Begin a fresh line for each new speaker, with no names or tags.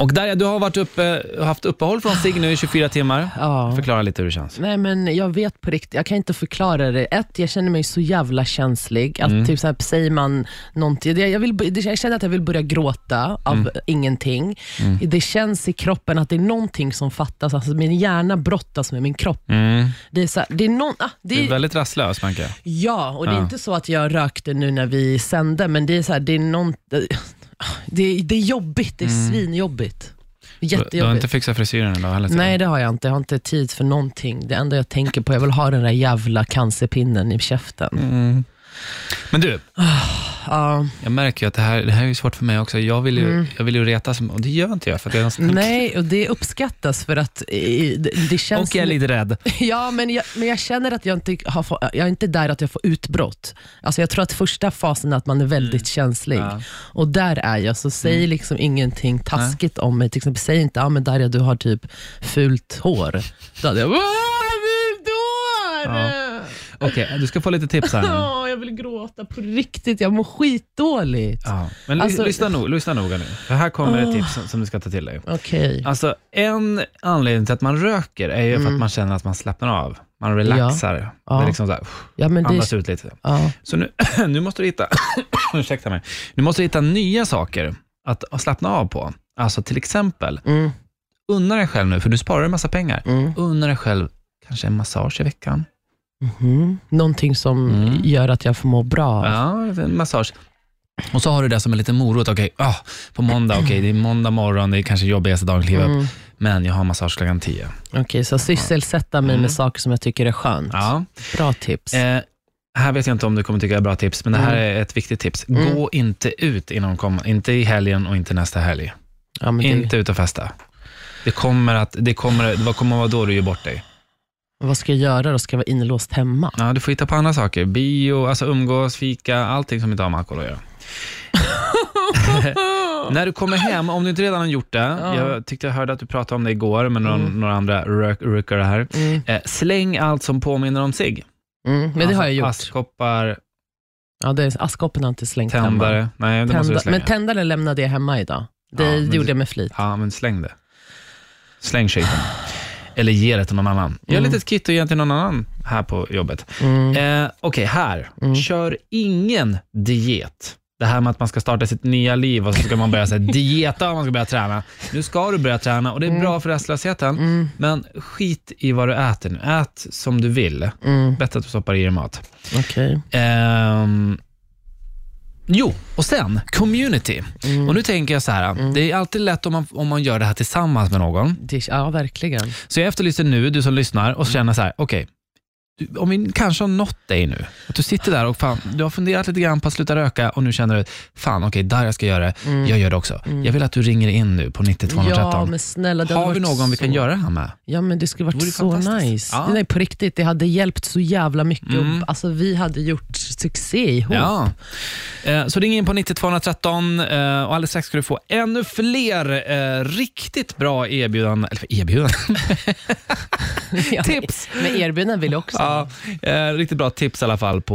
Och Darja, du har varit uppe, haft uppehåll från SIG nu i 24 timmar.
Ja.
Förklara lite hur det känns.
Nej men jag vet på riktigt, jag kan inte förklara det. Ett, jag känner mig så jävla känslig. Att
Mm.
typ så här, säger man någonting, det- jag, vill, bo- det- jag känner att jag vill börja gråta av
Mm.
ingenting. Det känns i kroppen att det är någonting som fattas. Alltså, min hjärna brottas med min kropp. Det är, så här, det är, någon, ah, det
Du
är
Mm. är väldigt rastlös, märker jag.
Ja, och det är
Ja.
inte så att jag rökte nu när vi sände, men det är så här, det är någon, det, är- det är jobbigt, det är svinjobbigt.
Mm. Du, du har
Jättejobbigt.
inte fixat frisyren idag heller. ser
Nej,
jag.
det har jag inte. Jag har inte tid för någonting. Det enda jag tänker på, jag vill ha den där jävla cancerpinnen i käften.
Mm. Men du,
Ja,
jag märker ju att det här, det här är ju svårt för mig också. Jag vill ju, jag vill ju retas, och det gör inte jag. För att jag är en snäll
Mm. nej, och det uppskattas för att eh, det, det
kille.
känns...
och jag är lite rädd.
Ja, men jag, men jag känner att jag inte har få, jag är inte där att jag får utbrott. Alltså jag tror att första fasen är att man är väldigt känslig.
Mm. Ja. Mm.
Och där är jag, så säg liksom ingenting taskigt om mig. Till exempel, säg inte, ah, men Darja du har typ fult hår. Då hade jag, "Vad fult hår!
Ja. Okej, du ska få lite tips här nu.
Åh, jag vill gråta på riktigt, jag mår skitdåligt.
Ja. Men ly-
Alltså-
lyssna, no, lyssna noga nu, för här kommer ett tips som, som du ska ta till dig.
Okej.
Alltså, en anledning till att man röker är ju för att man känner att man slappnar av. Man relaxar.
Mm. Ja.
Det är liksom så här,
Ja, men
andas
det,
ut lite.
ja.
Så nu, nu måste du hitta, ursäkta mig, nu måste du hitta nya saker att, att slappna av på. Alltså till exempel,
Mm,
unna dig själv nu, för du sparar en massa pengar.
mm,
Unna dig själv kanske en massage i veckan.
mhm. Någonting som
Mm.
gör att jag får må bra.
Ja, en massage. Och så har du det som en liten morot. Okej, ah, på måndag, okej, det är måndag morgon, det är kanske jobbigaste dagen att kliva upp,
Mm.
men jag har massage klockan tio.
Okej, så sysselsätta mig
Mm.
med saker som jag tycker är skönt.
Ja.
Bra tips.
Eh, här vet jag inte om du kommer tycka är bra tips, men det här är ett viktigt tips.
Mm.
Gå inte ut inom kom- inte i helgen och inte nästa helg.
ja, men det,
Inte ut och festa. Det kommer att, det kommer, det kommer att vara då du gör bort dig.
vad ska jag göra då? Ska jag vara inlåst hemma?
Ja, du får hitta på andra saker. Bio, alltså umgås, fika, allting som inte har med alkohol att göra. När du kommer hem, om du inte redan har gjort det,
Ja.
jag tyckte jag hörde att du pratade om det igår med någon,
Mm.
några andra rök- rökare här.
Mm.
Eh, släng allt som påminner om cigg.
Mm. Men det
Alltså
har jag gjort.
Askkoppar,
ja, det är, askkoppen har jag inte slängt hemma.
tändare. Nej, det måste du
Tända-
slänga.
men tändaren lämnade jag hemma idag. Det,
Ja, men
det gjorde
det-
jag med flit.
Ja, men släng det. Släng skiten. Eller ge det till någon annan. Gör
Mm.
lite ett kvitto och ge till någon annan här på jobbet.
Mm.
Eh, Okej, här.
Mm.
Kör ingen diet. Det här med att man ska starta sitt nya liv och så ska man börja så här, dieta och man ska börja träna. Nu ska du börja träna och det är bra för rastlösheten.
Mm.
Men skit i vad du äter nu. Ät som du vill.
Mm.
Bättre att du stoppar i dig mat.
Okej.
Ehm, jo, och sen community.
Mm.
Och nu tänker jag så här, det är alltid lätt om man, om man gör det här tillsammans med någon.
Det- Ja, verkligen.
Så jag efterlyser nu, du som lyssnar, och känner så här, okej, du- om vi kanske har nått dig nu. Att du sitter där och fan, du har funderat lite grann på att sluta röka och nu känner du, fan okej, där jag ska göra det, jag gör det också. Jag vill att du ringer in nu på 90213.
Mm. Ja, men snälla. det hade
har vi
varit
någon vi kan
så-
göra det här med?
Ja, men det skulle
Det
varit
vore
så
fantastiskt.
nice.
Ja.
Nej, på riktigt. Det hade hjälpt så jävla mycket.
Mm.
Och, alltså, vi hade gjort succé ihop.
Ja. Eh, Så ring in på 90213 eh, och alldeles strax ska du få ännu fler eh, riktigt bra erbjudanden, eller erbjudanden,
Ja,
tips.
Men erbjudanden vill jag också ha.
Ja, eh, riktigt bra tips i alla fall på